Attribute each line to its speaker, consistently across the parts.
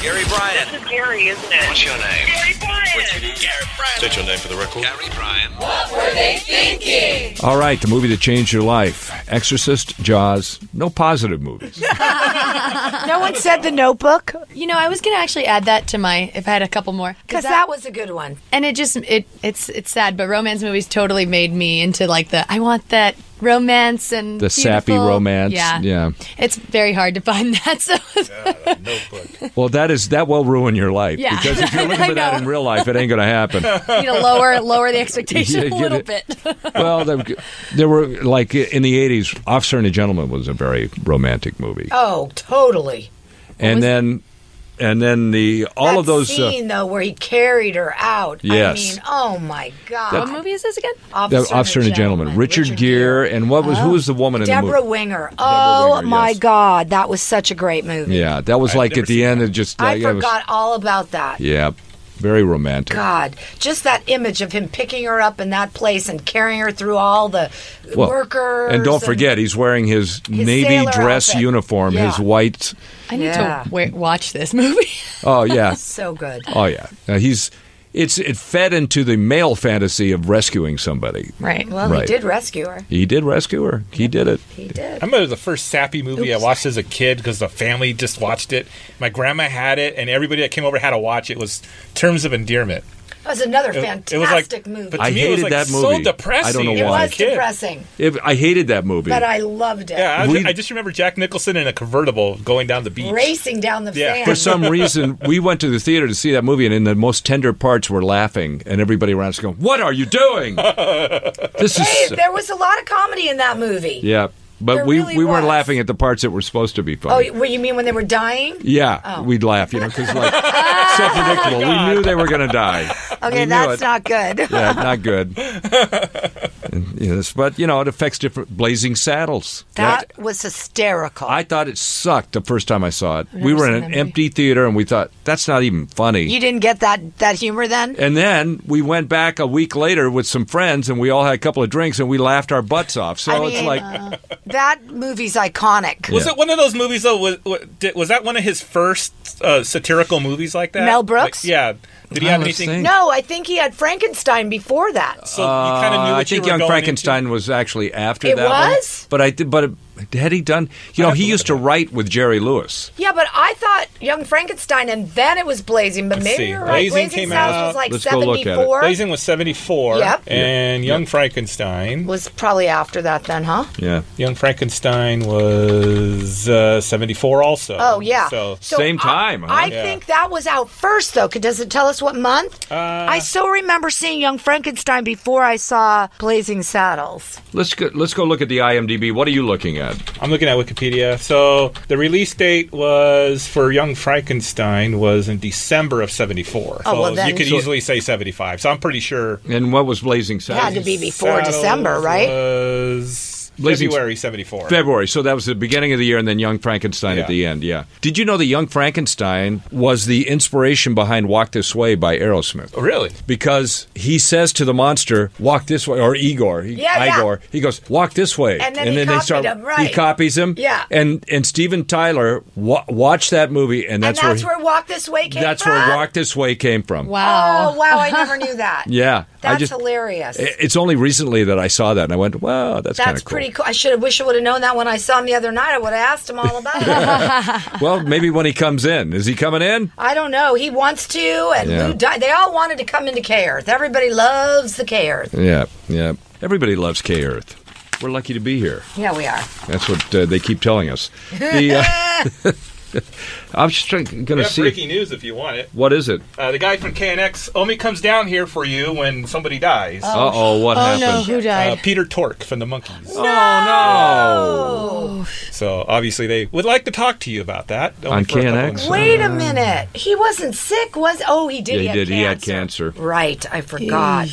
Speaker 1: Gary Bryan.
Speaker 2: This is Gary, isn't it?
Speaker 1: What's your name?
Speaker 2: Gary Bryan.
Speaker 1: Gary Bryan.
Speaker 3: State your name for the record.
Speaker 1: Gary Bryan.
Speaker 4: All right, the movie that changed your life Exorcist, Jaws, no positive movies.
Speaker 5: No one said the notebook
Speaker 6: You know, I was gonna actually add that to my if I had a couple more
Speaker 5: because that was a good one.
Speaker 6: and it just it it's it's sad, but romance movies totally made me into like the I want that romance and
Speaker 4: The sappy
Speaker 6: beautiful-
Speaker 4: romance,
Speaker 6: Yeah,
Speaker 4: yeah.
Speaker 6: It's very hard to find that. So
Speaker 4: Well, that is that will ruin your life
Speaker 6: Yeah.
Speaker 4: because if you're looking
Speaker 6: I
Speaker 4: for that
Speaker 6: know.
Speaker 4: in real life, it ain't going to happen.
Speaker 6: you need to lower lower the expectation
Speaker 4: Yeah,
Speaker 6: a
Speaker 4: get
Speaker 6: little
Speaker 4: it.
Speaker 6: bit.
Speaker 4: well, there, there were like in the '80s, Officer and a Gentleman was a very romantic movie,
Speaker 5: Oh, totally.
Speaker 4: and then and then the all
Speaker 5: that
Speaker 4: of those. uh,
Speaker 5: scene though where he carried her out.
Speaker 4: Yes.
Speaker 5: I mean, oh my god.
Speaker 6: what movie is this again?
Speaker 4: the Officer and a Gentleman, Richard, Gere, and what was who was the woman in the
Speaker 5: Deborah
Speaker 4: movie?
Speaker 5: Winger. Oh
Speaker 4: Winger,
Speaker 5: my
Speaker 4: yes.
Speaker 5: god, that was such a great movie.
Speaker 4: Yeah, that was like at the end. It just
Speaker 5: I
Speaker 4: like, it was-
Speaker 5: forgot all about that.
Speaker 4: yeah, very romantic.
Speaker 5: God, just that image of him picking her up in that place and carrying her through all the
Speaker 4: Well,
Speaker 5: workers.
Speaker 4: And don't forget, he's wearing his, navy
Speaker 5: sailor
Speaker 4: dress
Speaker 5: outfit.
Speaker 4: uniform, his
Speaker 5: Yeah.
Speaker 4: white.
Speaker 6: I need
Speaker 5: Yeah.
Speaker 6: to wa watch this movie.
Speaker 4: Oh yeah,
Speaker 5: so good.
Speaker 4: oh yeah. Now, he's it's it fed into the male fantasy of rescuing somebody.
Speaker 6: right.
Speaker 5: Well,
Speaker 4: Right.
Speaker 5: Oh, he did rescue her.
Speaker 4: He did rescue her. He did it.
Speaker 5: He did.
Speaker 3: I remember the first sappy movie I watched as a kid because the family just watched it. My grandma had it, and everybody that came over had to watch it. Was Terms of Endearment.
Speaker 5: That was another
Speaker 3: It-
Speaker 5: fantastic
Speaker 3: it was like,
Speaker 5: movie.
Speaker 3: But to
Speaker 4: I
Speaker 3: me,
Speaker 4: hated
Speaker 3: it was like
Speaker 4: that
Speaker 3: So
Speaker 4: movie.
Speaker 3: depressing.
Speaker 4: I don't know
Speaker 5: it
Speaker 3: as a
Speaker 4: why.
Speaker 5: was
Speaker 3: kid.
Speaker 5: depressing,
Speaker 4: It- I hated that movie.
Speaker 5: but I loved it.
Speaker 3: Yeah, I,
Speaker 4: We-
Speaker 3: ju- I just remember Jack Nicholson in a convertible going down the beach.
Speaker 5: Racing down the
Speaker 3: Yeah.
Speaker 5: fan.
Speaker 4: for some reason, we went to the theater to see that movie, and in the most tender parts, we're laughing, and everybody around us going, "What are you doing? this is
Speaker 5: Hey, there was a lot of comedy in that movie.
Speaker 4: yeah." But
Speaker 5: there
Speaker 4: we
Speaker 5: really
Speaker 4: we weren't
Speaker 5: was.
Speaker 4: laughing at the parts that were supposed to be funny.
Speaker 5: Oh, what you mean when they were dying?
Speaker 4: Yeah,
Speaker 5: Oh.
Speaker 4: we'd laugh, you know, because like so predictable. we knew they were going to die. We
Speaker 5: Okay,
Speaker 4: knew
Speaker 5: that's
Speaker 4: it.
Speaker 5: not good.
Speaker 4: Yeah, not good. And, yes, but you know, it affects different. Blazing Saddles.
Speaker 5: That was hysterical.
Speaker 4: I thought it sucked the first time I saw it. We
Speaker 6: never
Speaker 4: were in
Speaker 6: seen
Speaker 4: an
Speaker 6: that movie.
Speaker 4: empty theater, and we thought that's not even funny.
Speaker 5: you didn't get that that humor then?
Speaker 4: and then we went back a week later with some friends, and we all had a couple of drinks, and we laughed our butts off. So
Speaker 5: I
Speaker 4: it's
Speaker 5: mean, uh,
Speaker 4: like, uh,
Speaker 5: That movie's iconic.
Speaker 3: Was it one of those movies though? Was wa- did- was that one of his first uh, satirical movies like that?
Speaker 5: Mel Brooks?
Speaker 3: Like, yeah. Did he
Speaker 4: I
Speaker 3: have
Speaker 4: would
Speaker 3: anything?
Speaker 4: think-
Speaker 5: No, I think he had Frankenstein before that.
Speaker 3: So you kind of knew.
Speaker 4: Uh,
Speaker 3: What
Speaker 4: I
Speaker 3: you
Speaker 4: think
Speaker 3: were
Speaker 4: Young
Speaker 3: going
Speaker 4: Frankenstein
Speaker 3: Into.
Speaker 4: was actually after
Speaker 5: It
Speaker 4: that. one.
Speaker 5: was?
Speaker 4: but I did. But it- had he done? You know, he used to write with Jerry Lewis.
Speaker 5: Yeah, but I thought Young Frankenstein, and then it was Blazing. But
Speaker 3: Let's
Speaker 5: maybe
Speaker 3: see.
Speaker 5: you're right.
Speaker 3: Blazing
Speaker 5: Blazing,
Speaker 3: came
Speaker 5: Saddles
Speaker 3: out.
Speaker 5: was like
Speaker 4: Let's go look at it.
Speaker 5: seventy-four.
Speaker 3: Blazing was seventy four.
Speaker 5: Yep.
Speaker 3: And Young Frankenstein.
Speaker 5: was probably after that then, huh?
Speaker 4: Yeah.
Speaker 3: Young Frankenstein was uh, seventy four also.
Speaker 5: Oh yeah.
Speaker 3: So
Speaker 4: Same
Speaker 5: I-
Speaker 4: time, huh?
Speaker 5: I,
Speaker 4: Yeah.
Speaker 5: think that was out first though. 'cause Does it tell us what month?
Speaker 3: Uh,
Speaker 5: I so remember seeing Young Frankenstein before I saw Blazing Saddles.
Speaker 4: Let's go, let's go look at the IMDb. What are you looking at?
Speaker 3: I'm looking at Wikipedia. So the release date was for Young Frankenstein was in December of '74.
Speaker 5: Oh,
Speaker 3: so
Speaker 5: well, then-
Speaker 3: you could
Speaker 5: So-
Speaker 3: easily say '75. So I'm pretty sure.
Speaker 4: And what was Blazing
Speaker 5: It had
Speaker 4: Saddles?
Speaker 5: to be before
Speaker 3: Saddles
Speaker 5: December, right?
Speaker 3: Was
Speaker 4: Blazing-
Speaker 3: February '74.
Speaker 4: February. So that was the beginning of the year, and then Young Frankenstein at
Speaker 3: Yeah.
Speaker 4: the end. Yeah. Did you know that Young Frankenstein was the inspiration behind Walk This Way by Aerosmith?
Speaker 5: Oh,
Speaker 3: really?
Speaker 4: Because he says to the monster, "Walk this way," or Igor, he,
Speaker 5: Yeah, yeah.
Speaker 4: Igor, he goes, "Walk this way,"
Speaker 5: And then he
Speaker 4: they
Speaker 5: copied
Speaker 4: start.
Speaker 5: him, right.
Speaker 4: He copies him.
Speaker 5: Yeah.
Speaker 4: And and Steven Tyler wa- watched that movie, and that's,
Speaker 5: and that's
Speaker 4: where,
Speaker 5: where, Walk This Way came
Speaker 4: that's
Speaker 5: from.
Speaker 4: where Walk This Way came from.
Speaker 6: Wow.
Speaker 5: Oh wow! I never knew that.
Speaker 4: Yeah. I
Speaker 5: That's
Speaker 4: just-
Speaker 5: hilarious.
Speaker 4: It's only recently that I saw that, and I went, "Wow, that's kind
Speaker 5: that's
Speaker 4: of cool."
Speaker 5: pretty pretty cool. I should have wish I would have known that when I saw him the other night. I would have asked him all about it.
Speaker 4: Well, maybe when he comes in. Is he coming in?
Speaker 5: I don't know. He wants to, and
Speaker 4: Yeah.
Speaker 5: Lou Di- They all wanted to come into K Earth. Everybody loves the K Earth.
Speaker 4: Yeah, yeah. Everybody loves K Earth. We're lucky to be here.
Speaker 5: Yeah, we are.
Speaker 4: That's what uh, they keep telling us. The, uh, I'm just going
Speaker 3: We
Speaker 4: to
Speaker 3: have
Speaker 4: see.
Speaker 3: breaking news if you want it.
Speaker 4: What is it?
Speaker 3: Uh, the guy from KNX only comes down here for you when somebody dies.
Speaker 4: Uh oh, what
Speaker 6: Oh no,
Speaker 4: happened?
Speaker 6: who
Speaker 3: Uh,
Speaker 6: died?
Speaker 3: Peter Tork from the Monkeys.
Speaker 4: Oh,
Speaker 3: So Uh, obviously they would like to talk to you about that. only
Speaker 4: On
Speaker 3: for a couple
Speaker 4: KNX?
Speaker 3: minutes.
Speaker 5: Wait a minute. He wasn't sick, was? Oh, he did.
Speaker 4: Yeah, he
Speaker 5: he
Speaker 4: did.
Speaker 5: Cancer.
Speaker 4: He had cancer.
Speaker 5: Right. I forgot.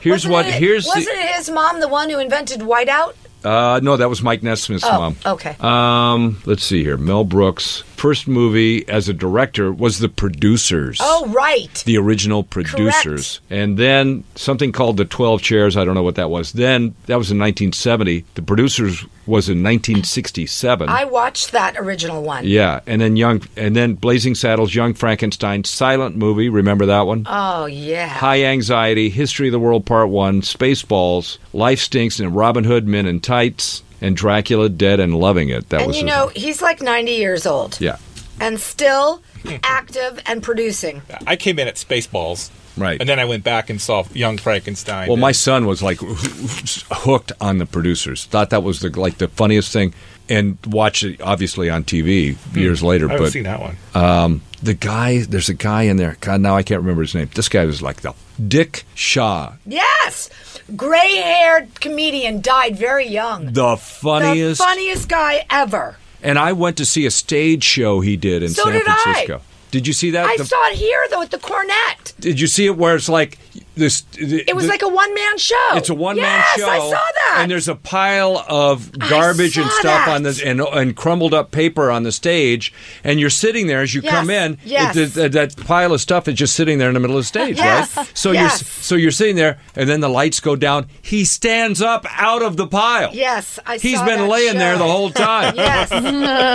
Speaker 4: Here's
Speaker 5: Wasn't
Speaker 4: what.
Speaker 5: it-
Speaker 4: Here's
Speaker 5: wasn't
Speaker 4: the.
Speaker 5: it his mom the one who invented whiteout?
Speaker 4: Uh, no, that was Mike Nesmith's
Speaker 5: Oh,
Speaker 4: mom.
Speaker 5: okay.
Speaker 4: Um, let's see here. Mel Brooks' first movie as a director was The Producers.
Speaker 5: Oh, right.
Speaker 4: the original producers. And then something called The 12 Chairs, I don't know what that was. Then that was in 1970. The producers was in 1967.
Speaker 5: I watched that original one.
Speaker 4: yeah, and then Young and then Blazing Saddles, Young Frankenstein, silent movie, remember that one?
Speaker 5: Oh, yeah.
Speaker 4: High Anxiety, History of the World Part 1, Spaceballs, Life Stinks and Robin Hood Men in Tights and Dracula Dead and Loving It. That
Speaker 5: and
Speaker 4: was
Speaker 5: you
Speaker 4: his-
Speaker 5: know, he's like 90 years old
Speaker 4: Yeah.
Speaker 5: and still active and producing.
Speaker 3: I came in at Spaceballs.
Speaker 4: Right.
Speaker 3: And then I went back and saw Young Frankenstein.
Speaker 4: Well, my son was like hooked on the producers. Thought that was the like the funniest thing, and watched it obviously on TV years later.
Speaker 3: Hmm. I haven't
Speaker 4: but
Speaker 3: seen that one.
Speaker 4: the guy, there's a guy in there. God, now I can't remember his name. This guy was like the Dick Shaw,
Speaker 5: Yes. Gray haired comedian died very young.
Speaker 4: the funniest.
Speaker 5: The funniest guy ever.
Speaker 4: and I went to see a stage show he did in
Speaker 5: So
Speaker 4: San
Speaker 5: did I.
Speaker 4: Francisco. Did you see that?
Speaker 5: I
Speaker 4: The-
Speaker 5: saw it here, though, at the Cornet.
Speaker 4: did you see it where it's like this?
Speaker 5: It was like a one man show.
Speaker 4: It's a one man
Speaker 5: Oh, yes,
Speaker 4: show.
Speaker 5: I saw that.
Speaker 4: And there's a pile of garbage and
Speaker 5: saw
Speaker 4: stuff
Speaker 5: that.
Speaker 4: on this and and crumbled up paper on the stage, and you're sitting there as you
Speaker 5: Yes,
Speaker 4: come in.
Speaker 5: yes.
Speaker 4: it- that, that pile of stuff is just sitting there in the middle of the stage,
Speaker 5: Yes,
Speaker 4: right? So
Speaker 5: yes.
Speaker 4: you're so you're sitting there, and then the lights go down. He stands up out of the pile.
Speaker 5: Yes, I
Speaker 4: He's
Speaker 5: saw
Speaker 4: been
Speaker 5: that
Speaker 4: laying
Speaker 5: show.
Speaker 4: there the whole time.
Speaker 5: Yes.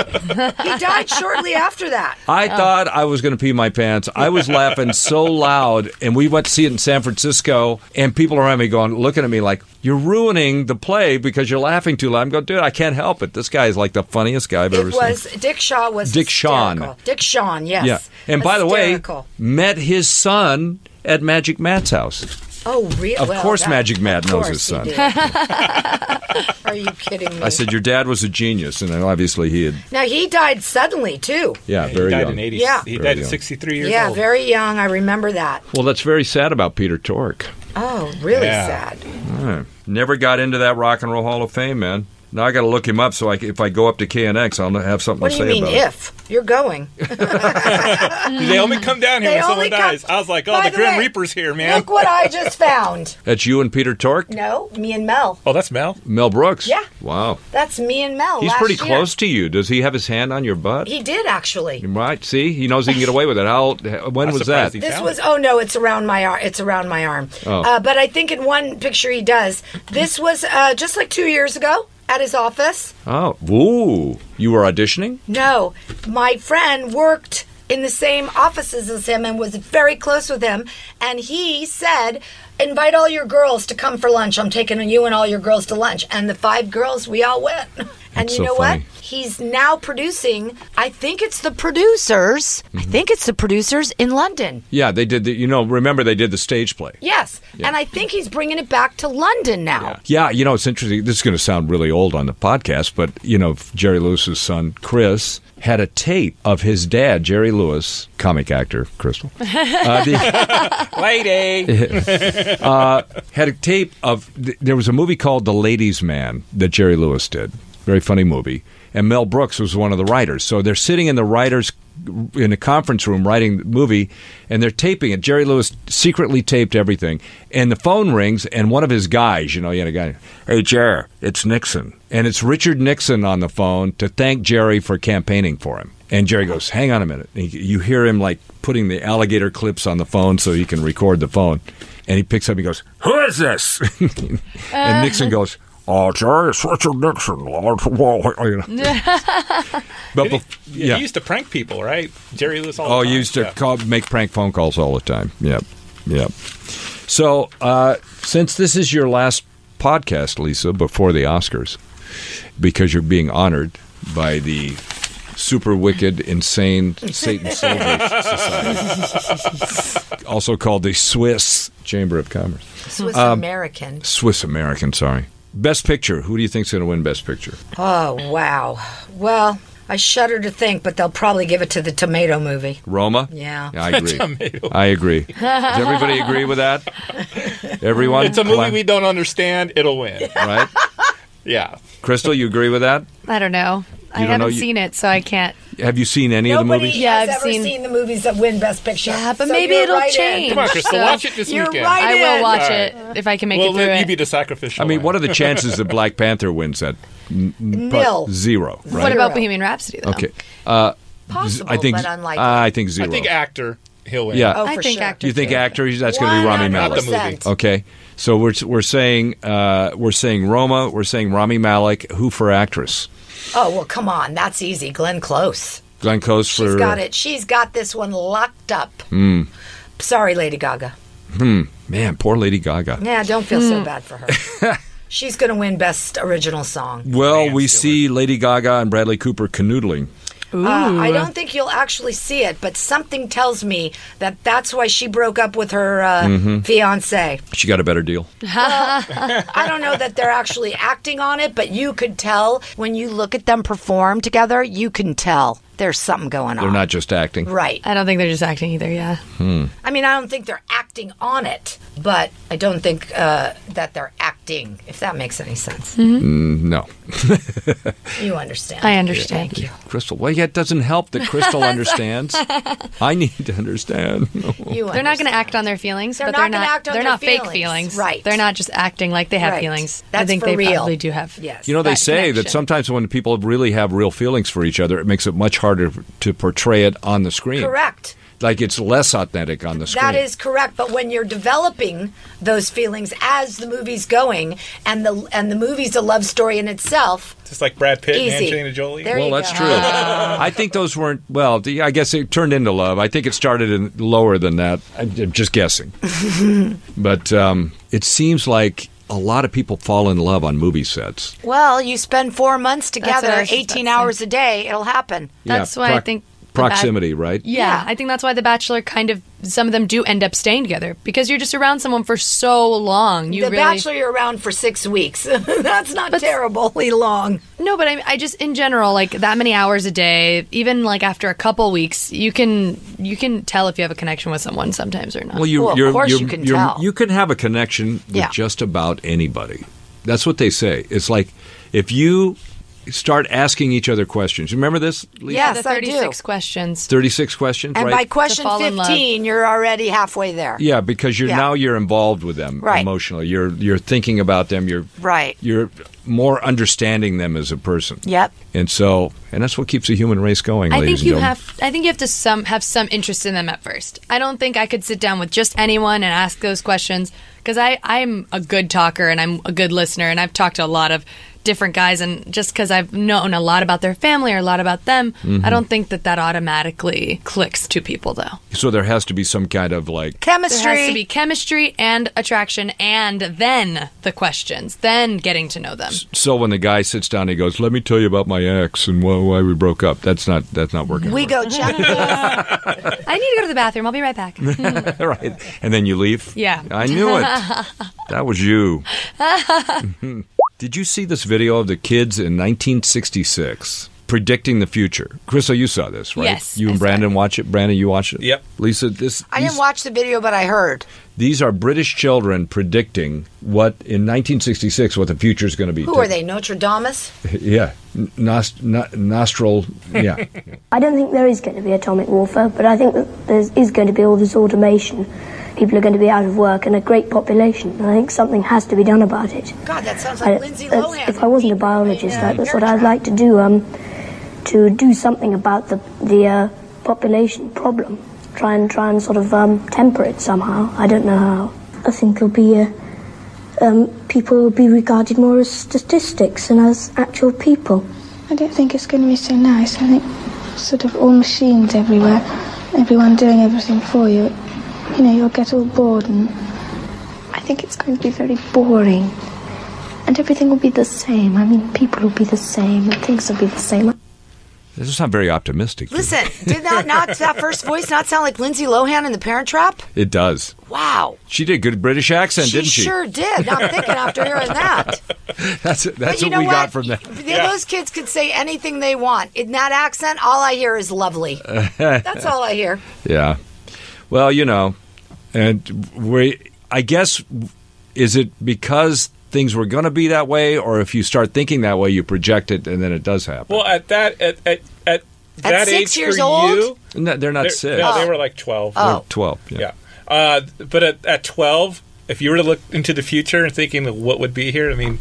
Speaker 5: he died shortly after that.
Speaker 4: I thought I was going to pee my pants. I was laughing so loud, and we went to see it in San Francisco, and people around me going, looking at me like, "You're ruining the play because you're laughing too loud." I'm going, "Dude, I can't help it. This guy is like the funniest guy I've ever
Speaker 5: It was
Speaker 4: seen."
Speaker 5: Dick Shaw was
Speaker 4: Dick Shawn.
Speaker 5: hysterical. Dick Shawn, yes.
Speaker 4: Yeah, and by
Speaker 5: Hysterical.
Speaker 4: the way, met his son at Magic Matt's house.
Speaker 5: oh really?
Speaker 4: Of course Magic Matt knows his son.
Speaker 5: Are you kidding me?
Speaker 4: I said, "Your dad was a genius," and then obviously he had,
Speaker 5: now he died suddenly too.
Speaker 4: yeah,
Speaker 3: He
Speaker 4: very
Speaker 3: died
Speaker 4: young.
Speaker 3: in 80,
Speaker 5: Yeah.
Speaker 3: He
Speaker 4: Very
Speaker 3: died
Speaker 4: young.
Speaker 3: at 63 years
Speaker 5: Yeah,
Speaker 3: old.
Speaker 5: very young. I remember that.
Speaker 4: Well, that's very sad about Peter Tork.
Speaker 5: Oh, really
Speaker 3: Yeah.
Speaker 5: sad.
Speaker 4: Huh. Never got into that Rock and Roll Hall of Fame, man. Now I got to look him up so I, c- if I go up to KNX, I'll have something
Speaker 5: What
Speaker 4: to
Speaker 5: do
Speaker 4: say
Speaker 5: you mean
Speaker 4: about it.
Speaker 5: if you're going?
Speaker 3: They only come down here
Speaker 5: They
Speaker 3: when someone
Speaker 5: only come-
Speaker 3: dies. I was like, oh,
Speaker 5: By
Speaker 3: the,
Speaker 5: the
Speaker 3: Grim
Speaker 5: way,
Speaker 3: Reaper's here, man.
Speaker 5: Look what I just found.
Speaker 4: That's you and Peter Tork,
Speaker 5: No, me and Mel.
Speaker 3: oh, that's Mel.
Speaker 4: Mel Brooks.
Speaker 5: Yeah.
Speaker 4: Wow.
Speaker 5: That's me and Mel.
Speaker 4: He's
Speaker 5: last
Speaker 4: pretty
Speaker 5: year.
Speaker 4: close to you. Does he have his hand on your butt?
Speaker 5: He did actually.
Speaker 4: right. See, he knows he can get away with it. How? When
Speaker 3: I'm
Speaker 4: was
Speaker 3: surprised
Speaker 4: that?
Speaker 3: he
Speaker 5: This
Speaker 3: found
Speaker 5: was
Speaker 3: it.
Speaker 5: oh no, it's around my arm. It's around my arm.
Speaker 4: Oh.
Speaker 5: Uh, but I think in one picture he does. This was uh, just like two years ago at his office.
Speaker 4: Oh, woo! You were auditioning.
Speaker 5: No, my friend worked in the same offices as him and was very close with him. And he said, "Invite all your girls to come for lunch. I'm taking you and all your girls to lunch." And the five girls, we all went. And
Speaker 4: That's
Speaker 5: you
Speaker 4: so
Speaker 5: know
Speaker 4: funny.
Speaker 5: what? He's now producing. I think it's the producers.
Speaker 4: Mm-hmm.
Speaker 5: I think it's the producers in London.
Speaker 4: Yeah, they did. The, you know, remember they did the stage play.
Speaker 5: Yes, and I think he's bringing it back to London now.
Speaker 4: Yeah, you know, it's interesting. This is going to sound really old on the podcast, but, you know, Jerry Lewis's son, Chris, had a tape of his dad, Jerry Lewis, comic actor, Crystal. Uh, the-
Speaker 3: Lady.
Speaker 4: uh, had a tape of, th- there was a movie called The Ladies' Man that Jerry Lewis did. Very funny movie. And Mel Brooks was one of the writers. So they're sitting in the writers' in a conference room writing the movie and they're taping it jerry lewis secretly taped everything and the phone rings and one of his guys you know you had a guy hey jerry it's nixon and it's richard nixon on the phone to thank jerry for campaigning for him and jerry goes hang on a minute and you hear him like putting the alligator clips on the phone so he can record the phone and he picks up and goes who is this and nixon goes Oh, Jerry, it's Richard Nixon. You know. but
Speaker 3: Didn't
Speaker 4: bef-
Speaker 3: he, he used to prank people, right? Jerry Lewis all the
Speaker 4: Oh,
Speaker 3: time.
Speaker 4: you used to
Speaker 3: Yeah.
Speaker 4: call, make prank phone calls all the time. Yep, yep. So, uh, since this is your last podcast, Lisa, before the Oscars, because you're being honored by the super wicked, insane Satan Soldiers Society, also called the Swiss Chamber of Commerce.
Speaker 7: Swiss
Speaker 4: Um,
Speaker 7: American.
Speaker 4: Swiss American, sorry. Best Picture. Who do you think's going to win Best Picture?
Speaker 5: Oh, wow. Well, I shudder to think, but they'll probably give it to the tomato movie.
Speaker 4: Roma.
Speaker 5: Yeah.
Speaker 4: I agree. I agree. Does everybody agree with that? Everyone.
Speaker 3: It's a movie
Speaker 4: Cla-
Speaker 3: we don't understand. It'll win.
Speaker 4: right.
Speaker 3: Yeah.
Speaker 4: Crystal, you agree with that?
Speaker 6: I don't know. I
Speaker 4: You don't know,
Speaker 6: haven't
Speaker 4: you-
Speaker 6: seen it, so I can't.
Speaker 4: Have you seen any of the
Speaker 5: Nobody
Speaker 4: movies?
Speaker 6: Yeah,
Speaker 5: has
Speaker 6: I've
Speaker 5: ever seen...
Speaker 6: seen-
Speaker 5: the movies that win Best Picture.
Speaker 6: Yeah, but
Speaker 5: so
Speaker 6: maybe
Speaker 5: you're
Speaker 6: it'll
Speaker 5: right in.
Speaker 6: change.
Speaker 3: Come on, Crystal.
Speaker 6: So-
Speaker 3: Watch it this
Speaker 5: You're
Speaker 3: weekend.
Speaker 5: right.
Speaker 6: I
Speaker 5: in.
Speaker 6: will watch
Speaker 3: All right.
Speaker 6: it if I can make
Speaker 3: Well,
Speaker 6: it through
Speaker 3: let you
Speaker 6: it.
Speaker 3: be the sacrificial.
Speaker 4: I mean,
Speaker 3: lamb.
Speaker 4: what are the chances that Black Panther wins that? N- n- pro-
Speaker 5: Nil.
Speaker 4: Zero. Right?
Speaker 6: What about
Speaker 5: Zero.
Speaker 6: Bohemian Rhapsody, though?
Speaker 4: Okay. Uh, z- uh,
Speaker 7: Possible,
Speaker 4: I think.
Speaker 7: but unlikely.
Speaker 4: I think zero.
Speaker 3: I think actor. He'll win.
Speaker 4: yeah.
Speaker 5: Oh,
Speaker 6: I
Speaker 5: for
Speaker 6: think
Speaker 5: sure.
Speaker 6: actor.
Speaker 4: Do you think
Speaker 6: too.
Speaker 4: actor? That's going to be Rami
Speaker 3: Not the
Speaker 4: Malek.
Speaker 3: movie.
Speaker 5: 100%.
Speaker 4: Okay. So we're we're saying uh, we're saying Roma. We're saying Rami Malek. Who for actress?
Speaker 5: Oh, well, come on. That's easy. Glenn Close.
Speaker 4: Glenn Close for. Hmm.
Speaker 5: She's got it. She's got this one locked up. Sorry, Lady Gaga.
Speaker 4: Man, poor Lady Gaga.
Speaker 5: Yeah, don't feel
Speaker 6: Hmm.
Speaker 5: so bad for her. She's going to win Best Original Song.
Speaker 4: Well,
Speaker 3: Man
Speaker 4: we
Speaker 3: stealer.
Speaker 4: see Lady Gaga and Bradley Cooper canoodling.
Speaker 5: Uh, I don't think you'll actually see it, but something tells me that that's why she broke up with her uh,
Speaker 4: Mm-hmm.
Speaker 5: fiance.
Speaker 4: She got a better deal.
Speaker 5: I don't know that they're actually acting on it, but you could tell when you look at them perform together, you can tell there's something going on.
Speaker 4: They're not just acting.
Speaker 5: Right.
Speaker 6: I don't think they're just acting either. Yeah.
Speaker 5: I mean, I don't think they're acting on it, but I don't think uh, that they're acting, if that makes any sense.
Speaker 4: No.
Speaker 5: You understand.
Speaker 6: Mm. I understand.
Speaker 5: Thank you.
Speaker 4: Crystal, well, yeah, it doesn't help that Crystal understands. I need to understand.
Speaker 5: You
Speaker 6: They're not going to act on their feelings,
Speaker 5: They're
Speaker 6: but
Speaker 5: not
Speaker 6: they're
Speaker 5: gonna
Speaker 6: not.
Speaker 5: act on
Speaker 6: they're
Speaker 5: their
Speaker 6: not fake
Speaker 5: feelings.
Speaker 6: feelings,
Speaker 5: Right.
Speaker 6: They're not just acting like they have
Speaker 5: Right.
Speaker 6: feelings. I
Speaker 5: That's
Speaker 6: think
Speaker 5: for
Speaker 6: they
Speaker 5: real.
Speaker 6: probably do have.
Speaker 5: Yes.
Speaker 4: You know, they
Speaker 6: That
Speaker 4: say that
Speaker 6: connection.
Speaker 4: sometimes when people really have real feelings for each other, it makes it much harder to portray it on the screen.
Speaker 5: Correct.
Speaker 4: Like it's less authentic on the screen.
Speaker 5: That is correct, but when you're developing those feelings as the movie's going, and the and the movie's a love story in itself,
Speaker 3: Just like Brad Pitt and
Speaker 5: Easy.
Speaker 3: Angelina Jolie.
Speaker 5: There
Speaker 4: Well,
Speaker 5: you
Speaker 4: that's
Speaker 5: go.
Speaker 4: true. I think those weren't. Well, the- I guess it turned into love. I think it started in lower than that. I'm I'm just guessing, but um, it seems like a lot of people fall in love on movie sets.
Speaker 5: well, you spend four months
Speaker 6: what I
Speaker 5: together,
Speaker 6: was just
Speaker 5: eighteen
Speaker 6: about to
Speaker 5: hours a day. It'll happen.
Speaker 6: That's why I think the bad-
Speaker 4: proximity, right?
Speaker 6: Yeah,
Speaker 5: Yeah.
Speaker 6: I think that's why The Bachelor kind of some of them do end up staying together because you're just around someone for so long. You
Speaker 5: the
Speaker 6: really
Speaker 5: Bachelor, you're around for six weeks. that's not terribly long.
Speaker 6: no, but I, I just in general like that many hours a day, even like after a couple weeks, you can you can tell if you have a connection with someone sometimes or not.
Speaker 4: Well, you,
Speaker 5: Well, of
Speaker 4: you're,
Speaker 5: course
Speaker 4: you're-
Speaker 5: you can
Speaker 4: you're-
Speaker 5: tell.
Speaker 4: you can have a connection with
Speaker 5: Yeah.
Speaker 4: just about anybody. That's what they say. It's like if you start asking each other questions. Remember this? Lisa?
Speaker 5: Yeah.
Speaker 6: the
Speaker 5: yes, I do.
Speaker 6: 36 questions.
Speaker 4: Thirty-six questions,
Speaker 5: And
Speaker 4: right?
Speaker 5: by question
Speaker 6: fall in love.
Speaker 5: fifteen, you're already halfway there.
Speaker 4: Yeah, because you're
Speaker 5: Yeah.
Speaker 4: now you're involved with them
Speaker 5: Right.
Speaker 4: emotionally. You're you're thinking about them. You're
Speaker 5: Right.
Speaker 4: You're more understanding them as a person.
Speaker 5: Yep.
Speaker 4: And so, and that's what keeps the human race going.
Speaker 6: I
Speaker 4: ladies
Speaker 6: think
Speaker 4: and
Speaker 6: you
Speaker 4: gentlemen.
Speaker 6: have. I think you have to some have some interest in them at first. I don't think I could sit down with just anyone and ask those questions because I I'm a good talker and I'm a good listener and I've talked to a lot of different guys and just because I've known a lot about their family or a lot about them,
Speaker 4: Mm-hmm.
Speaker 6: I don't think that that automatically clicks to people though.
Speaker 4: So there has to be some kind of like.
Speaker 5: Chemistry.
Speaker 6: There has to be chemistry and attraction and then the questions, then getting to know them.
Speaker 4: So when the guy sits down, he goes, "Let me tell you about my ex and why, why we broke up." That's not that's not working.
Speaker 5: we go checklist.
Speaker 6: I need to go to the bathroom. I'll be right back.
Speaker 4: right. And then you leave.
Speaker 6: Yeah.
Speaker 4: I knew it. that was you. Did you see this video of the kids in 1966 predicting the future? Crystal, you saw this, right?
Speaker 6: Yes,
Speaker 4: You
Speaker 6: I
Speaker 4: and
Speaker 6: saw
Speaker 4: Brandon watch it. Brandon, you watch it.
Speaker 3: Yep.
Speaker 4: Lisa, this.
Speaker 5: I
Speaker 4: these,
Speaker 5: didn't watch the video, but I heard.
Speaker 4: These are British children predicting what in 1966 what the future is going to be.
Speaker 5: Who are they? Notre Dame's?
Speaker 4: Yeah. Nost- no- nostril. Yeah.
Speaker 8: I don't think there is going to be atomic warfare, but I think that there is going to be all this automation. People are going to be out of work and a great population, and I think something has to be done about it.
Speaker 5: God, that sounds
Speaker 8: I-
Speaker 5: like Lindsay
Speaker 8: that's-
Speaker 5: Lohan.
Speaker 8: if I wasn't a biologist,
Speaker 5: Yeah,
Speaker 8: that, that's
Speaker 5: you're
Speaker 8: what I'd
Speaker 5: trapped.
Speaker 8: like to do. Um, to do something about the the uh, population problem. Try and try and sort of um, temper it somehow. I don't know how. I think it'll be. Uh, um, people will be regarded more as statistics than as actual people. I don't think it's going to be so nice. I think sort of all machines everywhere, everyone doing everything for you. You know, you'll get all bored, and I think it's going to be very boring. and everything will be the same. I mean, people will be the same, and things will be the same.
Speaker 4: This is not very optimistic.
Speaker 5: Listen, did that not that first voice not sound like Lindsay Lohan in The Parent Trap?
Speaker 4: It does.
Speaker 5: Wow,
Speaker 4: She did good British accent,
Speaker 5: she
Speaker 4: didn't she?
Speaker 5: sure did. Now I'm thinking after hearing that.
Speaker 4: That's that's
Speaker 5: you
Speaker 4: what
Speaker 5: know
Speaker 4: we
Speaker 5: what?
Speaker 4: got from that.
Speaker 5: Th- Those kids could say anything they want. In that accent, all I hear is lovely. That's all I hear.
Speaker 4: Yeah. Well, you know, and we I guess is it because things were going to be that way or if you start thinking that way you project it and then it does happen.
Speaker 3: Well, at that at at, at that age
Speaker 5: six years
Speaker 3: for
Speaker 5: old? Oh.
Speaker 3: you,
Speaker 4: No, they're not
Speaker 3: they're-
Speaker 4: 6.
Speaker 3: No, they were like twelve.
Speaker 6: Oh.
Speaker 4: They're 12. Yeah.
Speaker 3: Yeah, uh, but at, at twelve, if you were to look into the future and thinking of what would be here, I mean,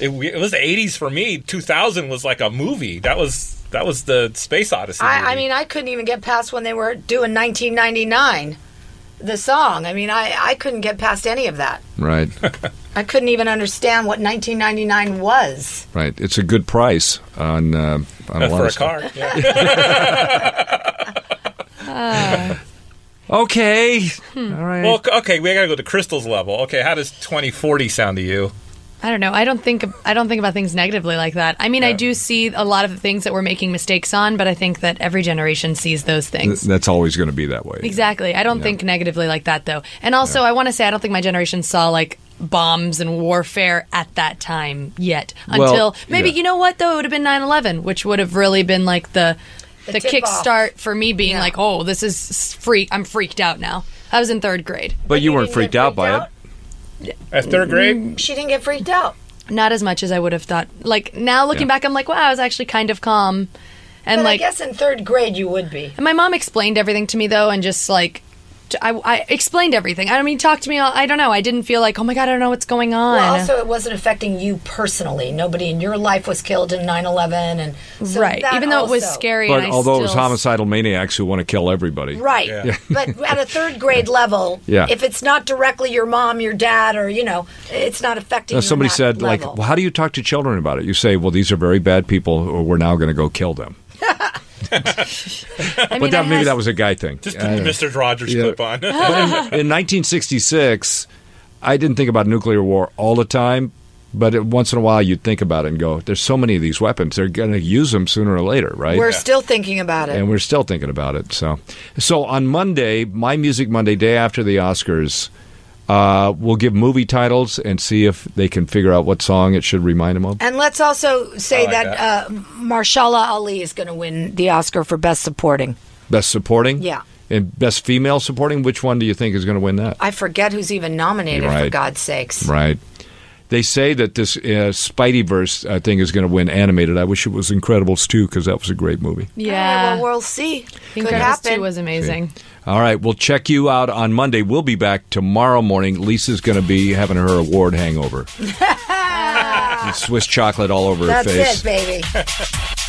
Speaker 3: it, w- it was the eighties for me. Two thousand was like a movie. That was that was the Space Odyssey.
Speaker 5: I, I
Speaker 3: movie.
Speaker 5: mean, I couldn't even get past when they were doing 1999, the song. I mean, I, I couldn't get past any of that.
Speaker 4: Right.
Speaker 5: I couldn't even understand what 1999 was.
Speaker 4: Right. It's a good price on uh, on a lot
Speaker 3: for
Speaker 4: of
Speaker 3: a car.
Speaker 4: stuff.
Speaker 3: Yeah.
Speaker 4: Okay.
Speaker 6: Hmm.
Speaker 4: All right.
Speaker 3: well, c- okay, we gotta go to Crystal's level. Okay, how does twenty forty sound to you?
Speaker 6: I don't know. I don't think I don't think about things negatively like that. I mean, I do see a lot of the things that we're making mistakes on, but I think that every generation sees those
Speaker 4: Th-
Speaker 6: things.
Speaker 4: that's always going to be that way.
Speaker 6: Exactly. I don't think negatively like that though. And also, I want to say I don't think my generation saw like bombs and warfare at that time yet.
Speaker 4: Well,
Speaker 6: Until maybe
Speaker 4: yeah.
Speaker 6: you know what though, it would have been 9/11, which would have really been like the the,
Speaker 5: tip-off.
Speaker 6: kickstart for me being like, "Oh, this is freak. I'm freaked out now." I was in 3rd grade.
Speaker 4: But you weren't
Speaker 5: didn't
Speaker 4: freaked
Speaker 5: get
Speaker 4: out by it.
Speaker 5: freaked out?
Speaker 3: At
Speaker 4: Mm,
Speaker 3: third grade,
Speaker 5: She didn't get freaked out.
Speaker 6: Not as much as I would have thought. Like now looking
Speaker 4: Yeah.
Speaker 6: back, I'm like, "Wow, I was actually kind of calm." And
Speaker 5: But I
Speaker 6: like
Speaker 5: guess in third grade you would be.
Speaker 6: And my mom explained everything to me though, and just like t- I, I explained everything. I mean, talked to me. All, I don't know. I didn't feel like, oh my god, I don't know what's going on.
Speaker 5: Well, also, it wasn't affecting you personally. Nobody in your life was killed in 9/11, and so
Speaker 6: right,
Speaker 5: that
Speaker 6: even though it was
Speaker 5: also-
Speaker 6: scary.
Speaker 4: But
Speaker 6: and I
Speaker 4: although it was
Speaker 6: still-
Speaker 4: homicidal maniacs who want to kill everybody.
Speaker 5: Right. but at a third grade level,
Speaker 4: Yeah.
Speaker 5: if it's not directly your mom, your dad, or, you know, it's not affecting
Speaker 4: Now,
Speaker 5: you.
Speaker 4: somebody
Speaker 5: on that
Speaker 4: said, like,
Speaker 5: level.
Speaker 4: well, how do you talk to children about it? You say, well, these are very bad people, or we're now going to go kill them.
Speaker 6: I mean,
Speaker 4: but that,
Speaker 6: I
Speaker 4: maybe
Speaker 6: had-
Speaker 4: that was a guy thing.
Speaker 3: just put
Speaker 4: I don't know.
Speaker 3: Mister Rogers
Speaker 4: Yeah.
Speaker 3: clip on.
Speaker 4: But in, in 1966, I didn't think about nuclear war all the time, but it, once in a while you'd think about it and go, there's so many of these weapons. They're going to use them sooner or later, right?
Speaker 5: We're still thinking about it.
Speaker 4: and we're still thinking about it. So, so on Monday, my Music Monday, day after the Oscars, uh, we'll give movie titles and see if they can figure out what song it should remind them of.
Speaker 5: And let's also say
Speaker 3: like
Speaker 5: that, Uh, Marshala Ali is going to win the Oscar for Best Supporting.
Speaker 4: Best supporting?
Speaker 5: Yeah.
Speaker 4: And best female supporting? Which one do you think is going to win that?
Speaker 5: I forget who's even nominated, for
Speaker 4: Right.
Speaker 5: God's sakes.
Speaker 4: Right. They say that this uh, Spideyverse uh, thing is going to win animated. I wish it was Incredibles too, because that was a great movie.
Speaker 6: yeah.
Speaker 5: Well, we'll see. Could
Speaker 6: Incredibles
Speaker 5: happen.
Speaker 6: two was amazing.
Speaker 4: All right, we'll check you out on Monday. We'll be back tomorrow morning. Lisa's going to be having her award hangover. Swiss chocolate all over
Speaker 5: That's
Speaker 4: her face.
Speaker 5: it, baby.